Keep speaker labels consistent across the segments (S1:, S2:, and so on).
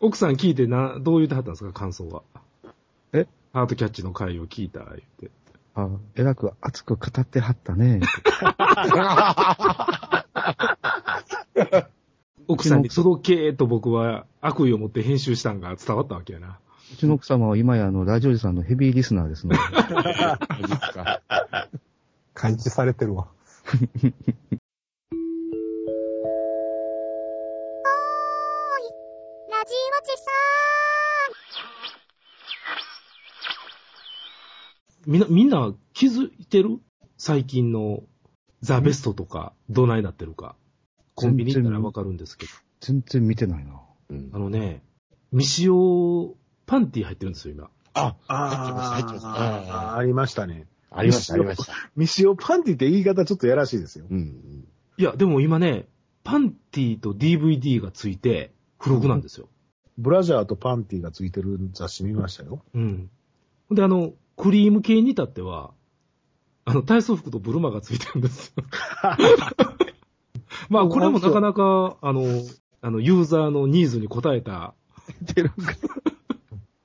S1: 奥さん聞いてな、どう言ってはったんですか、感想は。
S2: え
S1: ハートキャッチの回を聞いた、言って。
S2: あえらく熱く語ってはった ね。
S1: 奥さんに届けと僕は悪意を持って編集したんが伝わったわけやな。
S2: うちの奥様は今やあの、ラジオジさんのヘビーリスナーですので。
S3: 感知されてるわ。
S4: ラジオチさーん。
S1: みんな、みんな気づいてる最近のザ・ベストとか、どないなってるか。コンビニ行ったらわかるんですけど。
S2: 全然見てないな。
S5: うん
S1: あのね、未使用パンティ入ってるんですよ、今。
S5: あ、
S3: あ
S5: 入ってます入ってます
S3: あー、ありましたね。
S5: ありました、ありました。
S3: ミシオパンティって言い方ちょっとやらしいですよ。
S5: うん。
S1: いや、でも今ね、パンティと DVD がついて、付録なんですよ。
S3: ブラジャーとパンティがついてる雑誌見ましたよ。
S1: うん。で、あの、クリーム系に至っては、あの、体操服とブルマがついてるんです よ。まあ、これもなかなか、あの、あの、ユーザーのニーズに応えた、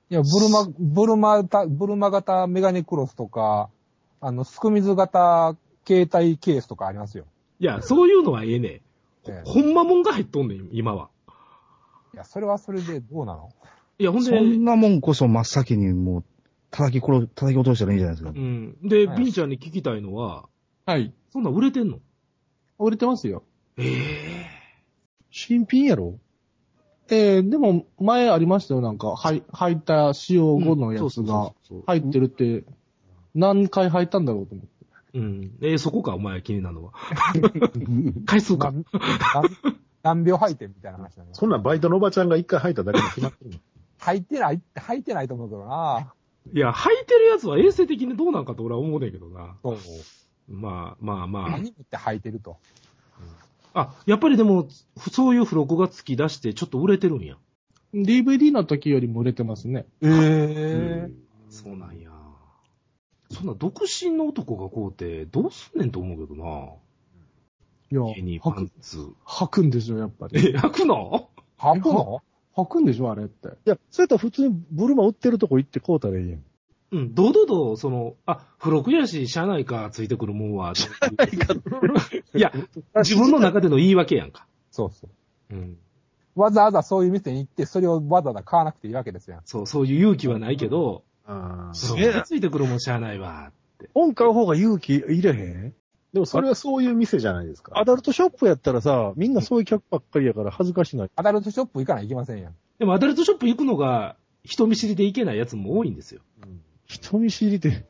S6: いや、ブルマ、ブルマ型、ブルマ型メガネクロスとか、あの、スクミズ型携帯ケースとかありますよ。
S1: いや、そういうのはええねん
S6: ええ
S1: ほんまもんが入っとんねん、今は。
S6: いや、それはそれでどうな の
S1: いや、ほんで、
S2: そんなもんこそ真っ先にもう、叩き殺、叩き落としたらいいんじゃないですか
S1: う。ん。で、
S6: はい
S1: ビンちゃんに聞きたいのは、
S7: はい。
S1: そんなん売れてんの
S7: 売れてますよ。
S1: ええ
S7: 新品やろえー、でも、前ありましたよ、なんか、はい、入った使用後のや
S1: そう
S7: つ
S1: そう
S7: が
S1: そ、うそう
S7: 入ってるって、何回入ったんだろうと思って。
S1: うん。えーそこか、お前気になる のは。回数か。
S6: 何、何何秒履いてみたいな話だね。
S3: そんなんバイトのおばちゃんが一回入っただけで決ま ってるの。
S6: 履いてない、履いてないと思うけどない
S1: や、履いてるやつは衛生的にどうなんかと俺は思うねんけどな。
S6: そう。
S1: まあ、まあま
S6: 何って履いてると。
S1: あ。あ、やっぱりでも、ふそういう付録が付き出して、ちょっと売れてるんや。
S7: DVD の時よりも売れてますね。
S6: ええ
S1: そうなんや。そんな独身の男がこうて、どうすんねんと思うけどない
S7: や、。
S1: 家に
S7: 履
S1: パン
S7: く、
S1: ツ。
S7: 履くんですよ、やっぱ
S1: え、
S7: り。
S1: 履くの
S6: 履くの
S7: 履くんでしょ、あれって。
S8: いや、それと普通にブルマ売ってるとこ行ってこうたらいいやん。
S1: うん、堂々と、その、あ、付録やし、車内かついてくるもんは。いや、自分の中での言い訳やんか。
S6: そうそう。
S1: うん。
S6: わざわざそういう店に行って、それをわざわざ買わなくていいわけですよ。
S1: そう、そういう勇気はないけど、
S3: あー
S1: そうついてくるもん車内は。
S8: 本買う方が勇気いれへん
S3: でもそれはそういう店じゃないですか。
S8: アダルトショップやったらさ、みんなそういう客ばっかりやから恥ずかしない。
S6: アダルトショップ行かないといけませんやん。
S1: でもアダルトショップ行くのが、人見知りで行けないやつも多いんですよ。
S8: 人見知りで。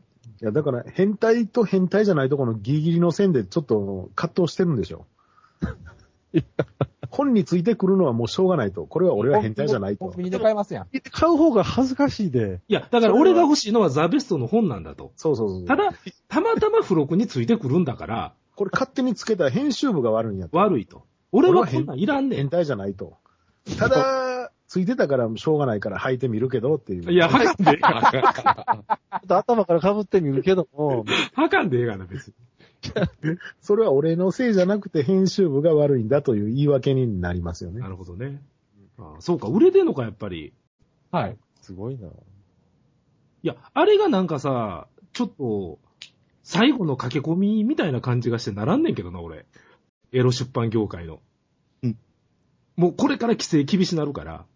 S3: いや、だから、変態と変態じゃないとこのギリギリの線でちょっと葛藤してるんで しょ。本についてくるのはもうしょうがないと。これは俺は変態じゃない
S6: コン
S3: と
S6: ビ。ニで買えますやん。
S8: 買う方が恥ずかしいで。
S1: いや、だから俺が欲しいのはザ・ベストの本なんだと。
S3: そうそうそう。
S1: た、だ、たまたま付録についてくるんだから、
S3: これ勝手につけた編集部が悪いんやと。
S1: 悪いと。俺はこんなんいらんね
S3: 変
S1: ん。
S3: 態じゃないと。ただ、ついてたからしょうがないから履いてみるけどっていう。
S1: いや、 はかんでええが
S8: ちょっと頭から被ってみるけども、
S1: な。はかんでええがな、別に。
S3: それは俺のせいじゃなくて編集部が悪いんだという言い訳になりますよね
S1: な。るほどね。ああそうか、売れてんのか、やっぱり。
S7: はい。
S8: すごいな。
S1: いや、あれがなんかさ、ちょっと、最後の駆け込みみたいな感じがしてならんねんけどな、俺。エロ出版業界の。
S2: うん。
S1: もうこれから規制厳しなるから、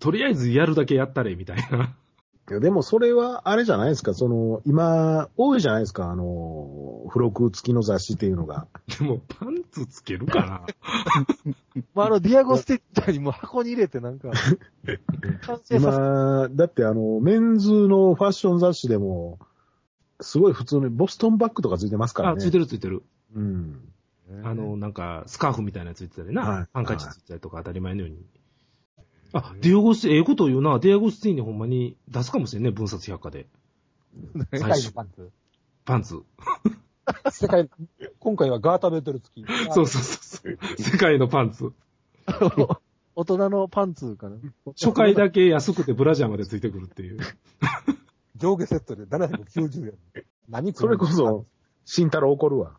S1: とりあえずやるだけやったれ、みたいな。
S3: いやでもそれはあれじゃないですか、その、今、多いじゃないですか、あの、付録付きの雑誌っていうのが。
S1: でも、パンツつけるかな。
S8: まあ、あの、ディアゴステッチャーにも箱に入れてなん か、完成さ
S3: 今、だってあの、メンズのファッション雑誌でも、すごい普通にボストンバッグとかついてますから
S1: あ、
S3: ね。
S1: ついてるついてる。
S3: うん。
S8: せて。
S1: あの、なんか、スカーフみたいなやつついてたりな。
S3: はい
S1: ハンカチついてたりとか当たり前のように。あ、ディアゴスティ、ええこと言うな。ディアゴスティーニほんまに出すかもしれんね、分冊百科で。
S6: 世
S1: 最
S6: 界
S1: 初
S6: のパンツ。
S1: パンツ。
S6: 世界、今回はガータベトル付き。
S1: そうそうそうそう。世界のパンツ。
S8: 大人のパンツかな。
S1: 初回だけ安くてブラジャーまでついてくるっていう。
S6: 上下セットで790円。何
S3: それこそ、慎太郎怒るわ。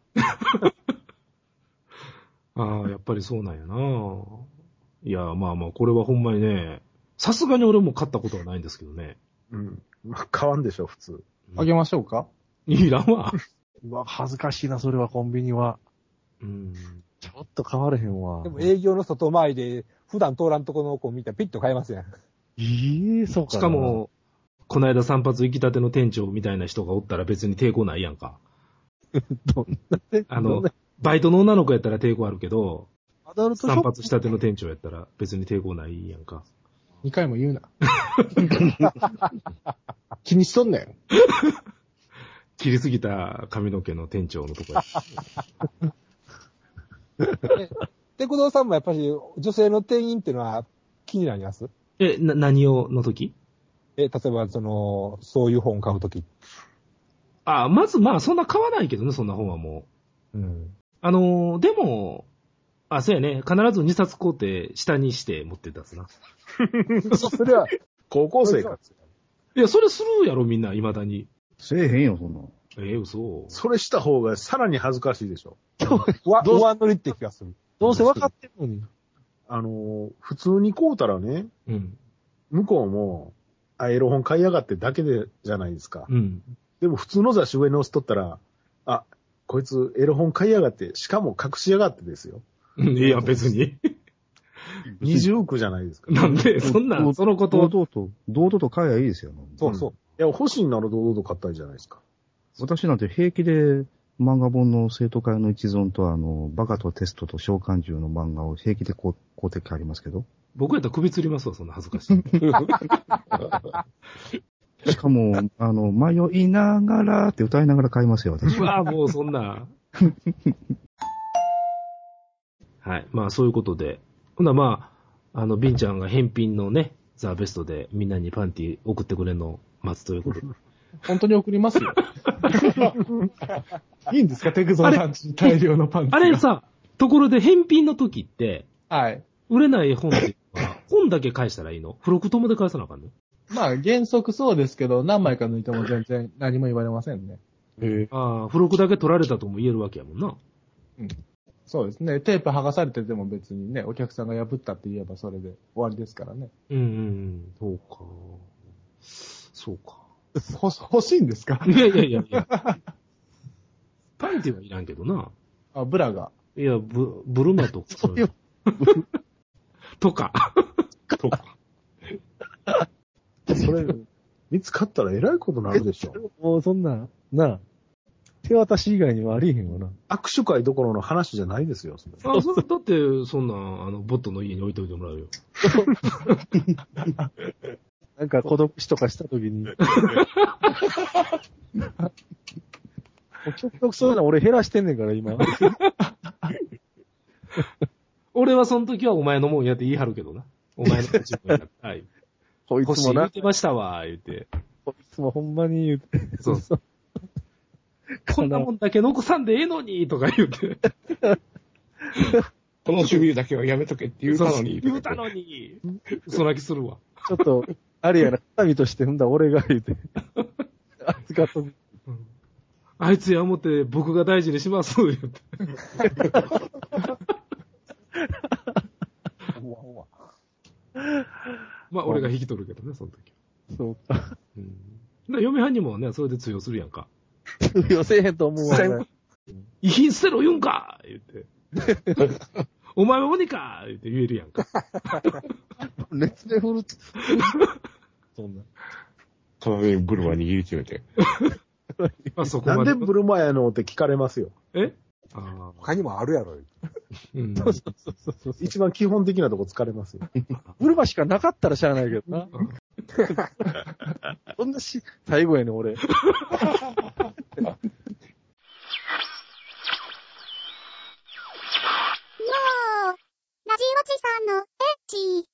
S1: ああ、やっぱりそうなんやないや、まあまあ、これはほんまにね、さすがに俺も買ったことはないんですけどね。
S3: うん。 まあ、買わんでしょ、普通。
S7: あげましょうか
S1: いらんわ。
S8: うわ、恥ずかしいな、それはコンビニは。
S1: うん。
S8: ちょっと変われへんわ。
S6: でも営業の外回りで、普段通らんとこの子見たらピッと買えますやん。
S8: ええそうか。
S1: しか、も、この間散髪行きたての店長みたいな人がおったら別に抵抗ないやんか。
S8: どんな、
S1: あ
S8: ど
S1: の
S8: んな、
S1: バイトの女の子やったら抵抗あるけど、
S8: アダルトショ
S1: 散
S8: ップ
S1: 髪したての店長やったら別に抵抗ないやんか。
S7: 二回も言うな。気にしとんねん。
S1: 切りすぎた髪の毛の店長のとこや。
S6: で、工藤さんもやっぱり女性の店員っていうのは気になります
S1: え、な、何をの時
S6: え、例えば、その、そういう本買うとき。
S1: あ、まずまあそんな買わないけどね、そんな本はも う。
S6: うん。
S1: あのーでも、あ、そうやね、必ず2冊買うて下にして持ってったっすな。
S6: それは、
S3: 高校生か。
S1: いや、それするやろ、みんな、未だに。
S2: せえへんよ、そんなん。
S1: えー、嘘。
S3: それした方がさらに恥ずかしいでしょ。
S6: わ、
S8: どう
S6: 上乗りって気がする。
S8: どうせ分かってんのに。
S3: あのー普通に買うたらね、
S1: うん。
S3: 向こうも、あ、エロ本買いやがってだけで、じゃないですか。
S1: うん。
S3: でも普通の雑誌上に載せとったら、あ、こいつエロ本買いやがって、しかも隠しやがってですよ。
S1: うん いや、別に。
S3: 二重苦じゃないですか。い
S1: なんで、そんな、そのこと
S2: 堂
S1: を。
S2: 々と、堂々と買えばいいですよ。
S6: そうそう。
S3: や、欲しいなら堂々と買ったらいいじゃないですか。
S2: 私なんて平気で漫画本の生徒会の一存とあの、バカとテストと召喚獣の漫画を平気でこう、こうて書りますけど。
S1: 僕やったら首吊りますわ、そんな恥ずかしい。
S2: し かも、あの、迷いながらって歌いながら買いますよ、私
S1: う。わもうそんな。 はい。まあ、そういうことで。ほな、まあ、あの、ビンちゃんが返品のね、ザ・ベストでみんなにパンティ送ってくれるのを待つということで。
S7: 本当に送りますよ。いいんですかテクゾンさんちに大量のパンツが
S1: あれさ、ところで返品の時って、
S7: はい。
S1: 売れない本っていうのは、本だけ返したらいいの付録ともで返さなあかんの
S7: まあ、原則そうですけど、何枚か抜いても全然何も言われませんね。
S1: ああ、付録だけ取られたとも言えるわけやもんな。
S7: そうですね。テープ剥がされてても別にね、お客さんが破ったって言えばそれで終わりですからね。
S1: うんうんうん、そうか。そうか。
S7: ほ欲しいんですか
S1: いやいやいやいや。パンティはいらんけどな。
S7: あ、ブラが。
S1: いや、ブ、ブルマとか。そういう。とか。
S3: とか。それ、見つかったらえらいことになるでしょ。
S8: もうそんな、なあ、手渡し以外にはありえへんわな。
S3: 握手会どころの話じゃないですよ、それ
S1: あ、それだって、そんなん、あの、ボットの家に置いといてもらうよ。
S8: なんか孤独死とかした時 に。もう極力そういうの俺減らしてんねんから、 今。
S1: 俺はその時はお前のもんやって言い張るけどな。お前の欲しいもんや。はい。
S8: こい
S1: 欲し
S8: つ
S1: い
S8: も
S1: 言っ
S8: な、
S1: てましたわ、言って。
S8: こいつもほんまに言うて。
S1: そうそう。こんなもんだけ残さんでええのに、とか言って。
S9: この趣味だけはやめとけって言うたのに。
S1: 言うたのに。嘘泣きするわ。
S8: ちょっと、あれやな、神として、んだ俺が言 うて。扱った。
S1: あいつや思って僕が大事にします、言って。
S6: うわうわ
S1: まあ、俺が引き取るけどね、その時。
S8: そうか。
S1: うん。だから嫁はんにもね、それで通用するやんか。
S8: 寄せへんと思うわ。俺
S1: 遺品捨てろ言うんか言っ て。お前は鬼か言って言えるやんか。
S7: 熱で振るって。
S8: そんな。
S9: ただね、ブルマ握りしめて。
S1: まあそこ
S3: な
S1: ま
S3: ん
S1: で。
S3: でブルマやのって聞かれますよ。
S1: えああ。
S6: 他にもあるやろ。
S1: うん。
S3: 一番基本的なとこ疲れますよ。
S8: ブルマしかなかったら知らないけどな。 そんなし、最後やねん、俺。
S4: よー。ラジオチさんのエッチ。